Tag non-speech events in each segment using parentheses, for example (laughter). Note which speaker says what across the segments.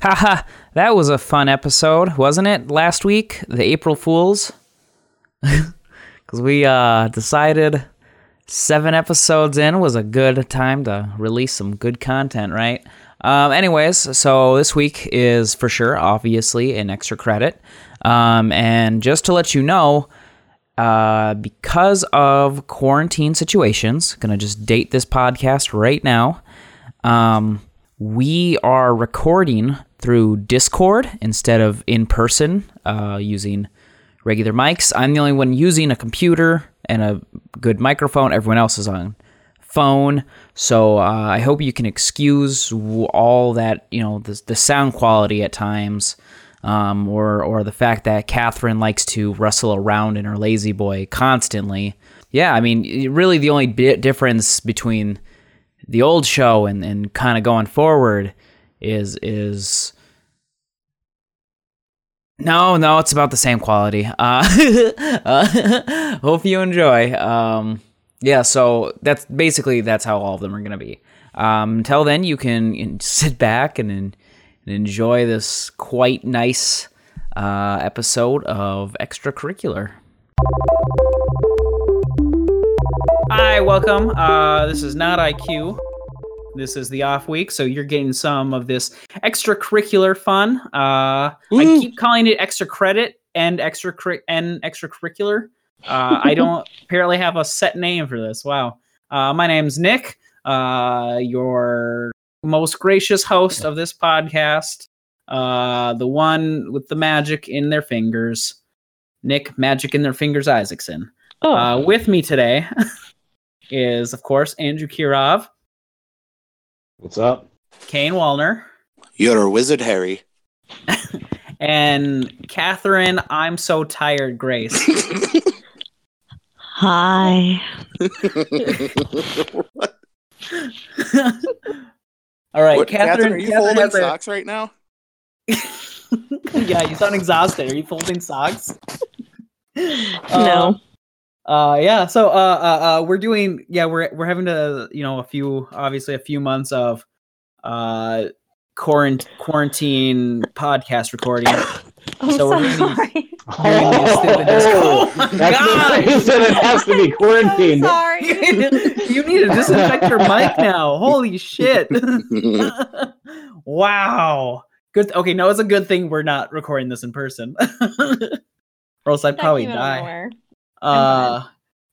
Speaker 1: Haha, that was a fun episode, wasn't it? Last week, the April Fools. (laughs) Because we uh, decided seven episodes in was a good time to release some good content, right? Um, anyways, so this week is for sure, obviously, an extra credit. Um, and just to let you know, uh, because of quarantine situations, gonna just date this podcast right now. Um, we are recording through Discord instead of in person uh, using regular mics. I'm the only one using a computer and a good microphone. Everyone else is on phone. So uh, I hope you can excuse w- all that you know the, the sound quality at times, um, or or the fact that Catherine likes to wrestle around in her lazy boy constantly. Yeah, I mean, y- really, the only bi- difference between the old show and, and kind of going forward is is no no it's about the same quality uh, (laughs) uh, (laughs) hope you enjoy um yeah so that's basically that's how all of them are gonna be um until then you can you can sit back and, and enjoy this quite nice uh episode of extracurricular Hi, welcome. Uh, this is not IQ. This is the off week, so you're getting some of this extracurricular fun. Uh, I keep calling it extra credit and extra cri- and extracurricular. Uh, I don't apparently have a set name for this. Wow. Uh, my name's Nick. Uh, your most gracious host of this podcast. Uh, the one with the magic in their fingers, Nick Magic in their fingers Isaacson.
Speaker 2: Oh,
Speaker 1: Uh, with me today (laughs) is, of course, Andrew Kirov,
Speaker 3: What's up?
Speaker 1: Kane Wallner,
Speaker 4: You're a wizard, Harry.
Speaker 1: and Catherine. I'm so tired,
Speaker 4: (laughs)
Speaker 1: Grace. (laughs)
Speaker 2: hi.
Speaker 1: All right,
Speaker 4: What,
Speaker 1: Catherine.
Speaker 4: are you
Speaker 1: Catherine
Speaker 4: folding
Speaker 1: has a-
Speaker 4: socks right now?
Speaker 1: (laughs) yeah, you sound exhausted. Are you folding socks?
Speaker 2: no.
Speaker 1: Uh, yeah. So, uh, uh, uh, we're doing. Yeah, we're we're having to, you know, a few, obviously, a few months of, uh, quarant- quarantine podcast recording.
Speaker 2: I'm
Speaker 1: so we're
Speaker 2: so
Speaker 1: gonna
Speaker 2: sorry.
Speaker 1: Oh, my
Speaker 3: That's
Speaker 1: (laughs) God.
Speaker 3: (laughs) the reason it
Speaker 1: (laughs)
Speaker 3: has to be
Speaker 2: (laughs)
Speaker 3: quarantined.
Speaker 2: sorry.
Speaker 1: you need to disinfect your mic now. Holy shit. (laughs) wow. Good. Okay, no, it's a good thing we're not recording this in person. (laughs) or else I'd probably die. Uh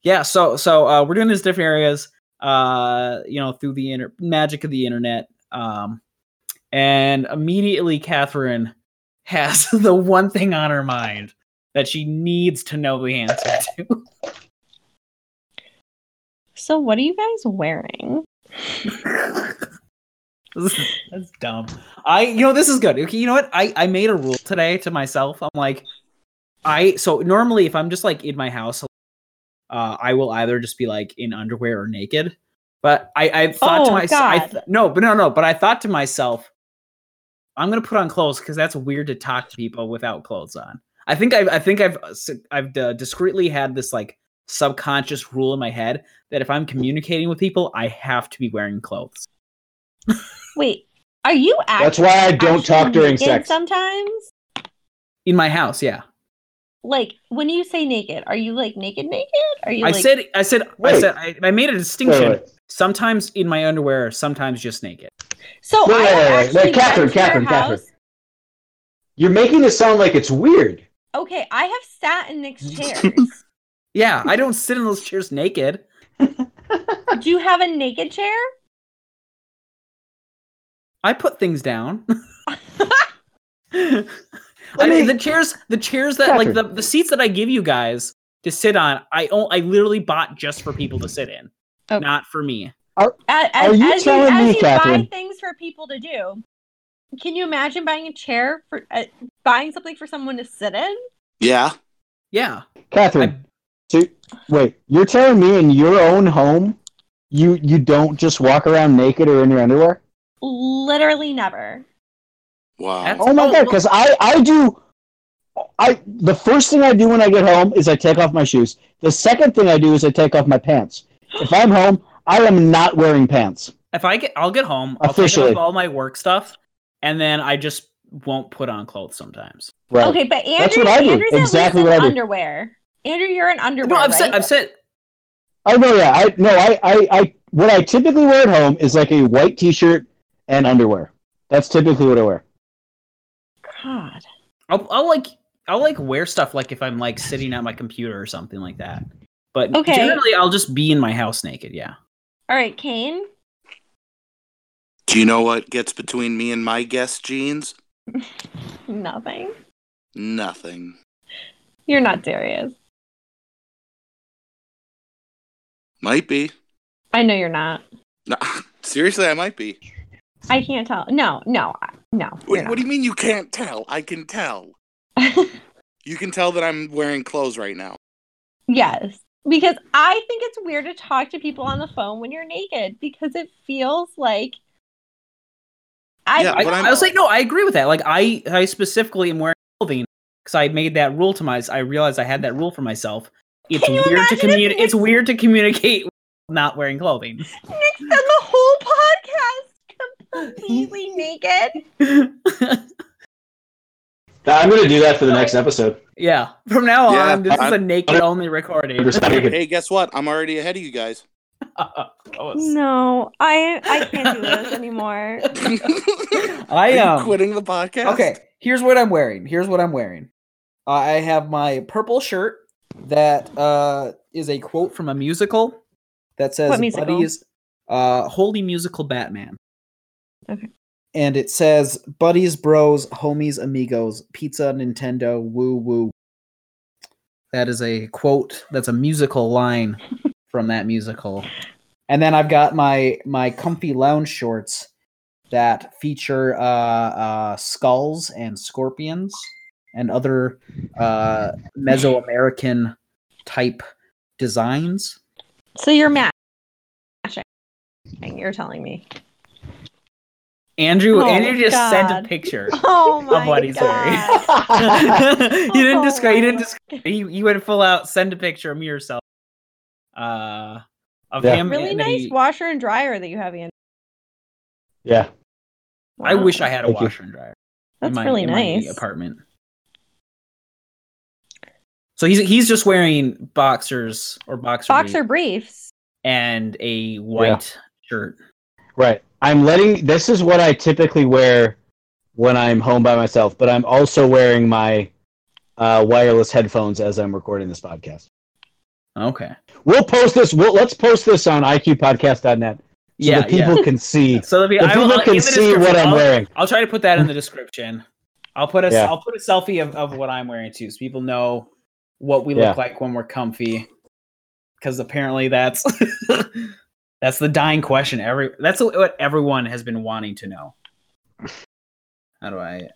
Speaker 1: yeah, so so uh we're doing this different areas uh you know through the inter- magic of the internet. Um and immediately Catherine has (laughs) the one thing on her mind that she needs to know the answer to.
Speaker 2: So, what are you guys wearing?
Speaker 1: (laughs) That's dumb. I you know this is good. Okay, you know what? I I made a rule today to myself. I'm like I so normally if I'm just like in my house uh I will either just be like in underwear or naked. But I I thought to
Speaker 2: Oh,
Speaker 1: myself
Speaker 2: God.
Speaker 1: th- no, but no no, but I thought to myself I'm going to put on clothes cuz that's weird to talk to people without clothes on. I think I I think I've uh, s- I've uh, discreetly had this like subconscious rule in my head that if I'm communicating with people, I have to be wearing clothes.
Speaker 2: Wait, are you actually?
Speaker 3: That's why I don't talk during sex.
Speaker 2: Sometimes,
Speaker 1: In my house, yeah.
Speaker 2: like when you say naked, are you like naked, naked? Are you?
Speaker 1: I
Speaker 2: like,
Speaker 1: said, I said, I
Speaker 3: Wait.
Speaker 1: said, I, I made a
Speaker 3: Wait,
Speaker 1: distinction.
Speaker 3: wait,
Speaker 1: Sometimes in my underwear, sometimes just naked.
Speaker 2: So,
Speaker 3: Wait,
Speaker 2: I
Speaker 3: wait, wait,
Speaker 2: actually
Speaker 3: wait, Catherine,
Speaker 2: went to your
Speaker 3: Catherine, Catherine.
Speaker 2: house-
Speaker 3: You're making it sound like it's weird.
Speaker 2: Okay, I have sat in
Speaker 3: (laughs)
Speaker 2: Nick's chairs.
Speaker 1: Yeah, I don't sit in those chairs naked.
Speaker 2: Do you have a naked chair?
Speaker 1: I put things down. (laughs) I
Speaker 3: Let
Speaker 1: mean,
Speaker 3: me-
Speaker 1: the chairs, the chairs that like the, the seats that I give you guys to sit on, I o- I literally bought just for people to sit in,
Speaker 2: Oh.
Speaker 1: not for me.
Speaker 2: A- As,
Speaker 3: Are you
Speaker 2: as
Speaker 3: telling
Speaker 2: as
Speaker 3: me,
Speaker 2: you buy
Speaker 3: Catherine?
Speaker 2: things for people to do, can you imagine buying a chair for uh, buying something for someone to sit in?
Speaker 4: (laughs) yeah.
Speaker 1: Yeah,
Speaker 3: Catherine, so, wait, you're telling me in your own home you you don't just walk around naked or in your underwear?
Speaker 2: Literally never.
Speaker 4: Wow.
Speaker 1: That's-
Speaker 3: Oh my
Speaker 1: Oh,
Speaker 3: god,
Speaker 1: well-
Speaker 3: because I, I do I the first thing I do when I get home is I take off my shoes. The second thing I do is I take off my pants. If I'm home, I am not wearing pants.
Speaker 1: if I get, I'll get home, I'll take off
Speaker 3: Officially.
Speaker 1: all my work stuff, and then I just won't put on clothes sometimes.
Speaker 3: Right.
Speaker 2: Okay, but Andrew,
Speaker 3: That's what I do.
Speaker 2: Andrew's at
Speaker 3: Exactly
Speaker 2: least
Speaker 3: what I
Speaker 2: in
Speaker 3: do.
Speaker 2: underwear. Andrew, you're in underwear.
Speaker 1: No, I've
Speaker 2: right?
Speaker 1: said I've said
Speaker 3: I know. Yeah. I no. I, I I what I typically wear at home is like a white T-shirt and underwear. That's typically what I wear.
Speaker 2: God.
Speaker 1: I'll, I'll like I'll like wear stuff like if I'm like sitting at my computer or something like that. But
Speaker 2: Okay.
Speaker 1: generally, I'll just be in my house naked. Yeah.
Speaker 2: All right, Kane.
Speaker 4: Do you know what gets between me and my guest jeans?
Speaker 2: Nothing.
Speaker 4: Nothing.
Speaker 2: You're not serious.
Speaker 4: Might be.
Speaker 2: I know you're not.
Speaker 4: No, (laughs) seriously, I might be.
Speaker 2: I can't tell. No, no, I- no.
Speaker 4: Wait, what do you mean you can't tell? I can
Speaker 1: (laughs)
Speaker 4: tell.
Speaker 2: you?
Speaker 4: You can tell that I'm wearing clothes right now.
Speaker 2: yes, because I think it's weird to talk to people on the phone when you're naked because it feels like I.
Speaker 4: Yeah,
Speaker 1: I,
Speaker 4: But I'm-
Speaker 1: I was like, no, I agree with that. Like, I I specifically am wearing clothing because I made that rule to my. I realized I had that rule for myself. It's
Speaker 2: Can you
Speaker 1: weird to
Speaker 2: imagine if
Speaker 1: communicate.
Speaker 2: Nick-
Speaker 1: It's weird to communicate not wearing clothing. (laughs)
Speaker 2: Nick spent the whole podcast
Speaker 1: (laughs)
Speaker 2: completely naked.
Speaker 3: I'm gonna do that for the next episode.
Speaker 1: yeah. From now
Speaker 4: Yeah,
Speaker 1: on, this is a
Speaker 4: I'm-
Speaker 1: naked only recording. (laughs)
Speaker 3: (laughs)
Speaker 4: Hey, guess what? I'm already ahead of you guys. (laughs)
Speaker 1: I
Speaker 2: No, I I can't do this anymore.
Speaker 4: Are you
Speaker 1: um.
Speaker 4: quitting the podcast.
Speaker 1: Okay, here's what I'm wearing. Here's what I'm wearing. Uh, I have my purple shirt that uh, is a quote from a musical that says
Speaker 2: What musical?
Speaker 1: Buddy's uh, Holy Musical Batman.
Speaker 2: Okay.
Speaker 1: And it says Buddies, Bros, Homies, Amigos, Pizza, Nintendo, Woo Woo. That is a quote. That's a musical
Speaker 2: (laughs)
Speaker 1: line from that musical. And then I've got my my comfy lounge shorts that feature uh, uh, skulls and scorpions and other uh, Mesoamerican type designs.
Speaker 2: So you're mad. You're telling me.
Speaker 1: Andrew,
Speaker 2: Oh,
Speaker 1: Andrew just sent
Speaker 2: God.
Speaker 1: a
Speaker 2: (laughs)
Speaker 1: picture.
Speaker 2: (laughs)
Speaker 1: (laughs)
Speaker 2: Oh my
Speaker 1: what he's wearing.
Speaker 2: god.
Speaker 1: you didn't
Speaker 2: Oh
Speaker 1: describe. (laughs) You didn't
Speaker 2: my
Speaker 1: describe. You, you went full out. Send a picture of me yourself. Uh, of
Speaker 3: Yeah.
Speaker 1: him.
Speaker 2: Really
Speaker 1: and
Speaker 2: nice
Speaker 1: a-
Speaker 2: washer and dryer that you have, Andrew.
Speaker 3: Yeah. (laughs)
Speaker 1: I
Speaker 2: Wow.
Speaker 1: wish I had a
Speaker 3: Thank you.
Speaker 1: washer and dryer. in
Speaker 2: That's
Speaker 1: my-
Speaker 2: really
Speaker 1: in my
Speaker 2: nice.
Speaker 1: apartment. So he's he's just wearing boxers or boxer briefs
Speaker 2: Boxer briefs.
Speaker 1: and a white shirt.
Speaker 3: Right. I'm letting. This is what I typically wear when I'm home by myself, but I'm also wearing my uh, wireless headphones as I'm recording this podcast.
Speaker 1: Okay.
Speaker 3: We'll post this. We'll, let's post this on IQPodcast.net so
Speaker 1: yeah.
Speaker 3: the people
Speaker 1: (laughs)
Speaker 3: can see.
Speaker 1: Yeah. So the,
Speaker 3: The people can see what I'm wearing.
Speaker 1: I'll try to put
Speaker 3: (laughs)
Speaker 1: that in the description. I'll put a
Speaker 3: Yeah.
Speaker 1: will put a selfie of, of what I'm wearing too, so people know what we
Speaker 3: Yeah.
Speaker 1: look like when we're comfy. Because apparently that's (laughs) that's the dying question. Every that's what everyone has been wanting to know. How do I?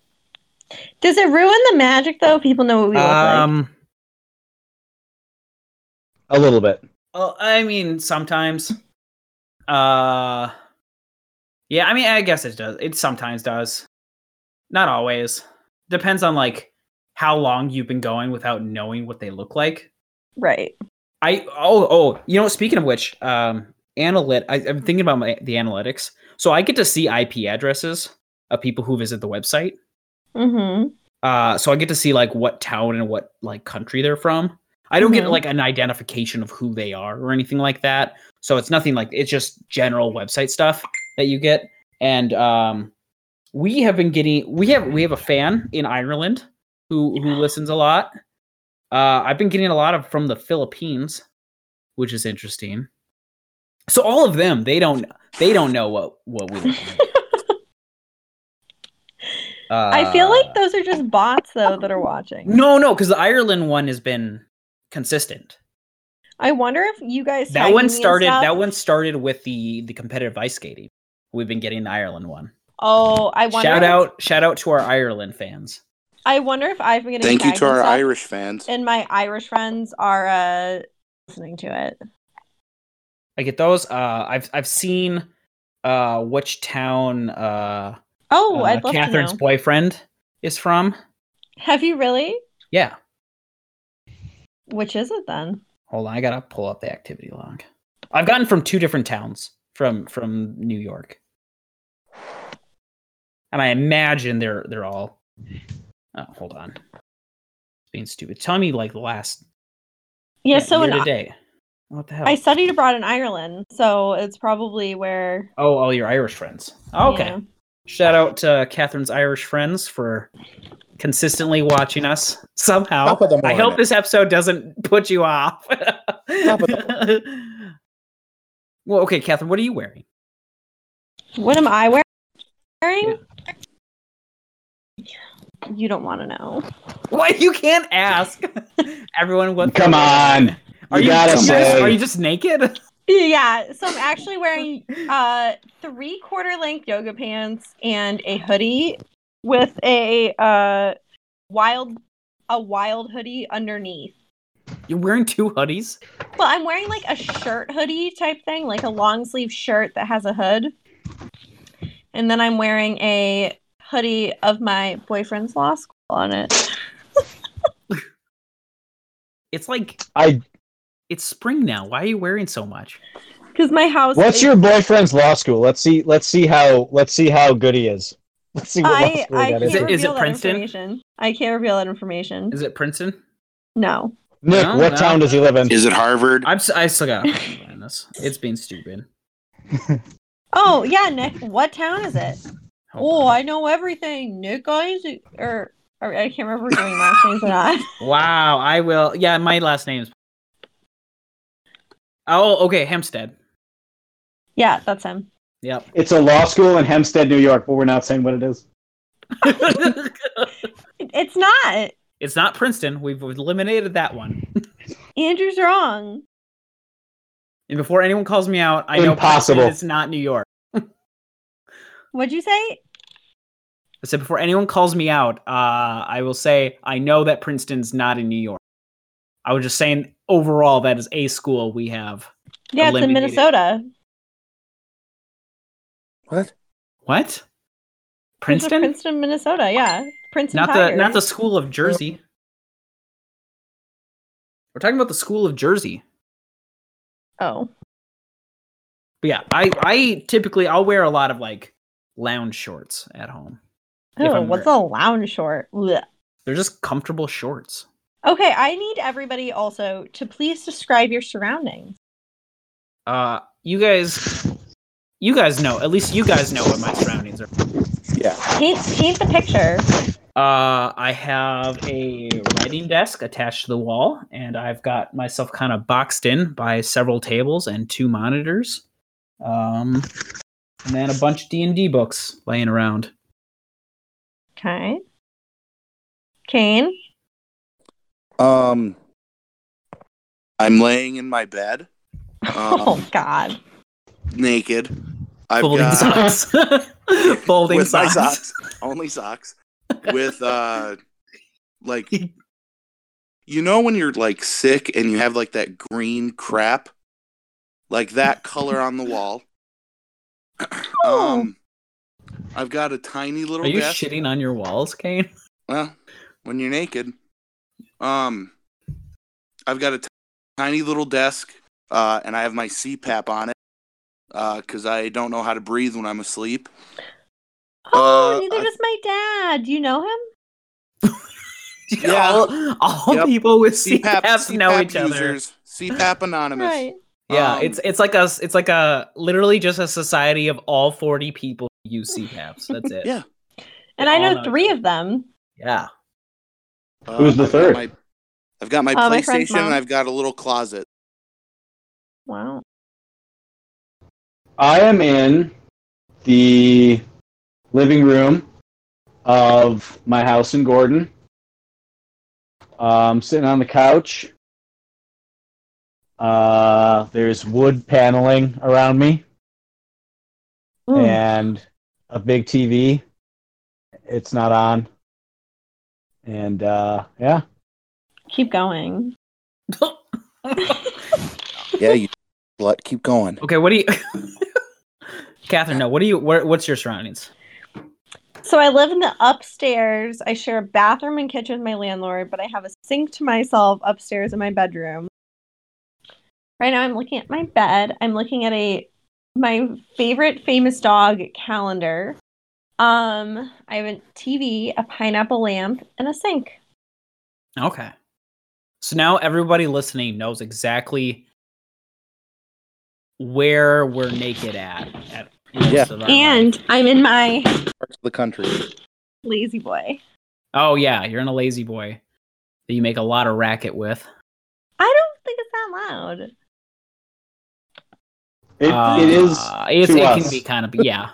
Speaker 2: Does it ruin the magic though? People know what we look like.
Speaker 1: Um.
Speaker 3: A little bit.
Speaker 1: Well, I mean, sometimes. Uh. Yeah, I mean, I guess it does. It sometimes does. Not always. Depends on like how long you've been going without knowing what they look like.
Speaker 2: Right.
Speaker 1: I oh oh you know speaking of which um analyt I, I'm thinking about my, the analytics so I get to see IP addresses of people who visit the website
Speaker 2: Mm-hmm.
Speaker 1: uh so i get to see like what town and what like country they're from i don't get
Speaker 2: Mhm.
Speaker 1: like an identification of who they are or anything like that so it's nothing like it's just general website stuff that you get and um we have been getting we have we have a fan in ireland who who listens a lot uh i've been getting a lot of from the philippines which is interesting so all of them they don't they don't know what what we
Speaker 2: (laughs)
Speaker 1: look like.
Speaker 2: I feel
Speaker 1: Uh,
Speaker 2: like those are just bots though that are watching.
Speaker 1: no, no, because the Ireland one has been consistent.
Speaker 2: I wonder if you guys
Speaker 1: That
Speaker 2: tagging
Speaker 1: one
Speaker 2: me and
Speaker 1: started.
Speaker 2: stuff-
Speaker 1: That one started with the the competitive ice skating. We've been getting the Ireland one.
Speaker 2: Oh, I wonder.
Speaker 1: Shout
Speaker 2: if-
Speaker 1: out! Shout out to our Ireland fans.
Speaker 2: I wonder if I've been. getting
Speaker 4: Thank you
Speaker 2: tagged
Speaker 4: to
Speaker 2: and
Speaker 4: our
Speaker 2: stuff,
Speaker 4: Irish fans.
Speaker 2: And my Irish friends are uh, listening to it.
Speaker 1: I get those. Uh, I've I've seen uh, which town uh,
Speaker 2: Oh,
Speaker 1: uh,
Speaker 2: I'd love
Speaker 1: Catherine's
Speaker 2: to know.
Speaker 1: boyfriend is from.
Speaker 2: Have you really?
Speaker 1: Yeah.
Speaker 2: Which is it then?
Speaker 1: Hold on, I gotta pull up the activity log. I've gotten from two different towns from from New York. and I imagine they're they're all. Oh, hold on. Being stupid. Tell me like the last.
Speaker 2: Yeah,
Speaker 1: yeah,
Speaker 2: so
Speaker 1: year
Speaker 2: in,
Speaker 1: to date. What the hell?
Speaker 2: I studied abroad in Ireland, so it's probably where.
Speaker 1: oh, all your Irish friends. Okay.
Speaker 2: yeah.
Speaker 1: Shout out to Catherine's Irish friends for consistently watching us somehow.
Speaker 5: Top of the
Speaker 1: I
Speaker 5: morning.
Speaker 1: hope this episode doesn't put you off.
Speaker 5: of
Speaker 1: (laughs) well, okay, Catherine, what are you wearing?
Speaker 2: What am I wear- wearing? You don't want to know.
Speaker 1: Why you can't ask (laughs) everyone what? they're
Speaker 3: Come
Speaker 1: wearing.
Speaker 3: on.
Speaker 1: Are
Speaker 3: You
Speaker 1: you,
Speaker 3: gotta
Speaker 1: you're just-
Speaker 3: say.
Speaker 1: Are you just naked? (laughs)
Speaker 2: Yeah, so I'm actually (laughs) wearing uh three quarter length yoga pants and a hoodie with a uh wild a wild hoodie underneath.
Speaker 1: You're wearing two hoodies.
Speaker 2: Well, I'm wearing like a shirt hoodie type thing, like a long sleeve shirt that has a hood. And then I'm wearing a hoodie of my boyfriend's law school on it.
Speaker 1: It's like
Speaker 3: I.
Speaker 1: it's spring now. Why are you wearing so much?
Speaker 2: Because my house
Speaker 3: What's
Speaker 2: is-
Speaker 3: your boyfriend's law school? Let's see. Let's see how. Let's see how good he is. (laughs) Let's see what law
Speaker 2: I,
Speaker 3: school
Speaker 2: I
Speaker 3: that
Speaker 2: can't
Speaker 3: is.
Speaker 1: Is it-
Speaker 2: reveal
Speaker 1: is it
Speaker 2: that
Speaker 1: Princeton?
Speaker 2: information. I can't reveal that information.
Speaker 1: Is it Princeton?
Speaker 2: No.
Speaker 3: Nick,
Speaker 1: No,
Speaker 3: what
Speaker 1: no.
Speaker 3: town does he live in?
Speaker 4: Is it Harvard?
Speaker 1: I'm. s- I still got. this. It's being stupid.
Speaker 2: Oh yeah, Nick. What town is it?
Speaker 1: Hold
Speaker 2: Oh,
Speaker 1: on.
Speaker 2: I know everything. Nick Isaac, or, or I can't remember if we're doing last names or not.
Speaker 1: Wow, I will. Yeah, my last name's. Oh, okay, Hempstead.
Speaker 2: (laughs)
Speaker 1: (laughs)
Speaker 2: Yeah, that's him.
Speaker 1: Yep.
Speaker 3: It's a law school in Hempstead, New York, but we're not saying what it is.
Speaker 2: It- It's not.
Speaker 1: it's not Princeton. We've eliminated that one.
Speaker 2: Andrew's wrong.
Speaker 1: And before anyone calls me out, I know Princeton
Speaker 3: Impossible.
Speaker 1: is not New York.
Speaker 2: What'd you say?
Speaker 1: I said before anyone calls me out, uh, I will say I know that Princeton's not in New York. I was just saying overall that is a school we have.
Speaker 2: Yeah, it's in
Speaker 1: Eliminated.
Speaker 2: Minnesota.
Speaker 5: What?
Speaker 1: What?
Speaker 2: There's a
Speaker 1: Princeton?
Speaker 2: Princeton, Minnesota. Yeah, Princeton.
Speaker 1: not
Speaker 2: Tigers.
Speaker 1: the not the school of Jersey. We're talking about the school of Jersey.
Speaker 2: Oh,
Speaker 1: But yeah, I I typically I'll wear a lot of like lounge shorts at home. If
Speaker 2: oh
Speaker 1: I'm
Speaker 2: what's
Speaker 1: wearing-
Speaker 2: a lounge short? Blech.
Speaker 1: They're just comfortable shorts.
Speaker 2: Okay, I need everybody also to please describe your surroundings.
Speaker 1: Uh, you guys, you guys know at least you guys know what my surroundings are.
Speaker 2: Paint paint the picture.
Speaker 1: Uh, I have a writing desk attached to the wall, and I've got myself kind of boxed in by several tables and two monitors, um, and then a bunch of D and D books laying around.
Speaker 2: Okay. Kane.
Speaker 4: Um, I'm laying in my bed,
Speaker 2: (laughs) oh
Speaker 4: Um,
Speaker 2: God.
Speaker 4: naked. I've
Speaker 1: folding (laughs)
Speaker 4: got
Speaker 1: socks.
Speaker 4: (laughs)
Speaker 1: folding
Speaker 4: with my
Speaker 1: socks. (laughs)
Speaker 4: socks, only socks, with uh, like, you know when you're like sick and you have like that green crap, like that color on
Speaker 1: (laughs)
Speaker 4: the wall. Um, I've got a tiny little
Speaker 1: Oh. Are you
Speaker 4: desk.
Speaker 1: shitting on your walls, Kane?
Speaker 4: Well, when you're naked, um, I've got a t- tiny little desk, uh, and I have my CPAP on it, because I don't know how to breathe when I'm asleep.
Speaker 2: Oh,
Speaker 4: Uh,
Speaker 2: neither
Speaker 4: I-
Speaker 2: does my dad. Do you know him?
Speaker 1: (laughs)
Speaker 4: Yeah.
Speaker 1: all, all
Speaker 4: Yep.
Speaker 1: people with
Speaker 4: CPAP,
Speaker 1: CPAPs know each other.
Speaker 4: users, CPAP anonymous.
Speaker 2: Right.
Speaker 1: Yeah,
Speaker 4: Um,
Speaker 1: it's it's like a it's like a literally just a society of all forty people who use CPAPs. That's it.
Speaker 4: Yeah.
Speaker 1: They
Speaker 2: And I
Speaker 1: all
Speaker 2: know
Speaker 1: know
Speaker 2: three
Speaker 1: each
Speaker 2: of them.
Speaker 1: Yeah.
Speaker 4: Uh,
Speaker 3: Who's the
Speaker 4: I've got
Speaker 3: third?
Speaker 4: my- I've got my
Speaker 2: Uh, my friend's
Speaker 4: PlayStation
Speaker 2: mom.
Speaker 4: and I've got a little closet.
Speaker 2: Wow.
Speaker 3: I am in the living room of my house in Gordon. Um, sitting on the couch. Uh, there's wood paneling around me
Speaker 1: Hmm.
Speaker 2: Mm.
Speaker 3: and a big TV. It's not on. And uh, yeah,
Speaker 1: (laughs)
Speaker 2: Keep going.
Speaker 4: Yeah, you (laughs) slut. Keep going.
Speaker 1: okay, what do you (laughs) Catherine, no, what do you where, what's your surroundings?
Speaker 2: So I live in the upstairs. I share a bathroom and kitchen with my landlord, but I have a sink to myself upstairs in my bedroom. Right now I'm looking at my bed. I'm looking at a my favorite famous dog calendar. Um, I have a TV, a pineapple lamp, and a sink.
Speaker 1: Okay. So now everybody listening knows exactly where we're naked at. at most
Speaker 4: Yeah.
Speaker 1: of our life.
Speaker 2: And I'm in my
Speaker 4: Parts of the country.
Speaker 2: lazy boy.
Speaker 1: oh yeah, you're in a lazy boy that you make a lot of racket with.
Speaker 2: I don't think it's that loud.
Speaker 3: It,
Speaker 1: Uh,
Speaker 3: it is.
Speaker 1: It's,
Speaker 3: to
Speaker 1: it
Speaker 3: us.
Speaker 1: can be
Speaker 3: (laughs)
Speaker 1: kind of yeah.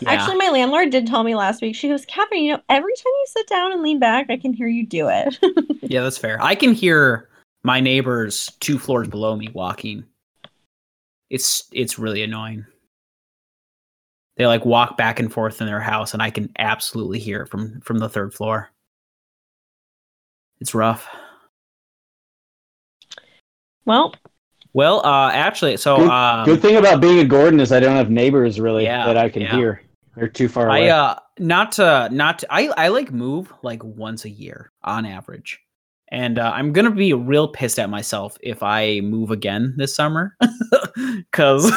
Speaker 1: yeah.
Speaker 2: Actually, my landlord did tell me last week. She goes, Catherine, you know, every time you sit down and lean back, I can hear you do it. (laughs)
Speaker 1: yeah, that's fair. I can hear my neighbors two floors below me walking. It's it's really annoying. They like walk back and forth in their house, and I can absolutely hear it from from the third floor. It's rough.
Speaker 2: well,
Speaker 1: Well, uh, actually, so
Speaker 3: Good-
Speaker 1: um,
Speaker 3: Good thing about being a Gordon is I don't have neighbors really
Speaker 1: Yeah,
Speaker 3: that I can
Speaker 1: yeah.
Speaker 3: hear. They're too far
Speaker 1: I
Speaker 3: away.
Speaker 1: uh, not to not to, I I like move like once a year on average, and uh, I'm gonna be real pissed at myself if I move again this summer, (laughs) because (laughs)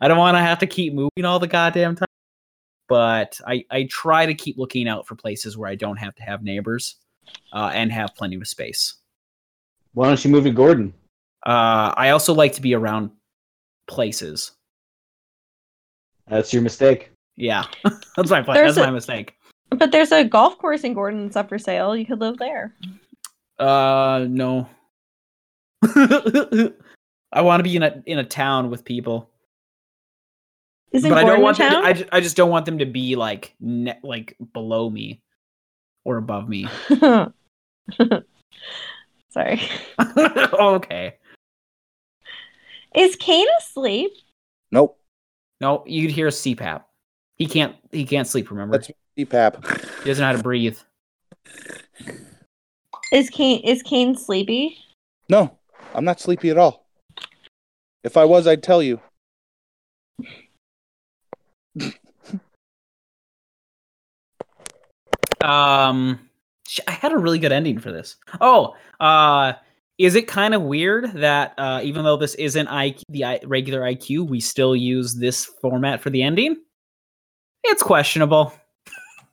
Speaker 1: I don't want to have to keep moving all the goddamn time. But I I try to keep looking out for places where I don't have to have neighbors, uh, and have plenty of space.
Speaker 3: Why don't you move to Gordon?
Speaker 1: Uh, I also like to be around places.
Speaker 3: That's your mistake.
Speaker 1: Yeah, (laughs) that's my plan.
Speaker 2: There's
Speaker 1: That's my
Speaker 2: a-
Speaker 1: mistake.
Speaker 2: but there's a golf course in Gordon that's up for sale. You could live there.
Speaker 1: Uh, no. (laughs) I want to be in a in a town with people,
Speaker 2: Isn't
Speaker 1: but I
Speaker 2: Gordon
Speaker 1: don't want
Speaker 2: a
Speaker 1: them. To,
Speaker 2: town?
Speaker 1: I, ju- I just don't want them to be like ne- like below me or above me. (laughs)
Speaker 2: (laughs) Sorry.
Speaker 1: okay.
Speaker 2: Is Kane asleep?
Speaker 4: Nope.
Speaker 1: No, you'd hear CPAP. He can't. He can't sleep. Remember,
Speaker 4: That's- CPAP.
Speaker 1: he doesn't know how to breathe.
Speaker 2: Is Kane is Kane sleepy?
Speaker 4: No, I'm not sleepy at all. If I was, I'd tell you.
Speaker 1: Um, sh- I had a really good ending for this. Oh, uh, is it kind of weird that uh, even though this isn't IQ, the I- regular IQ, we still use this format for the ending? It's questionable.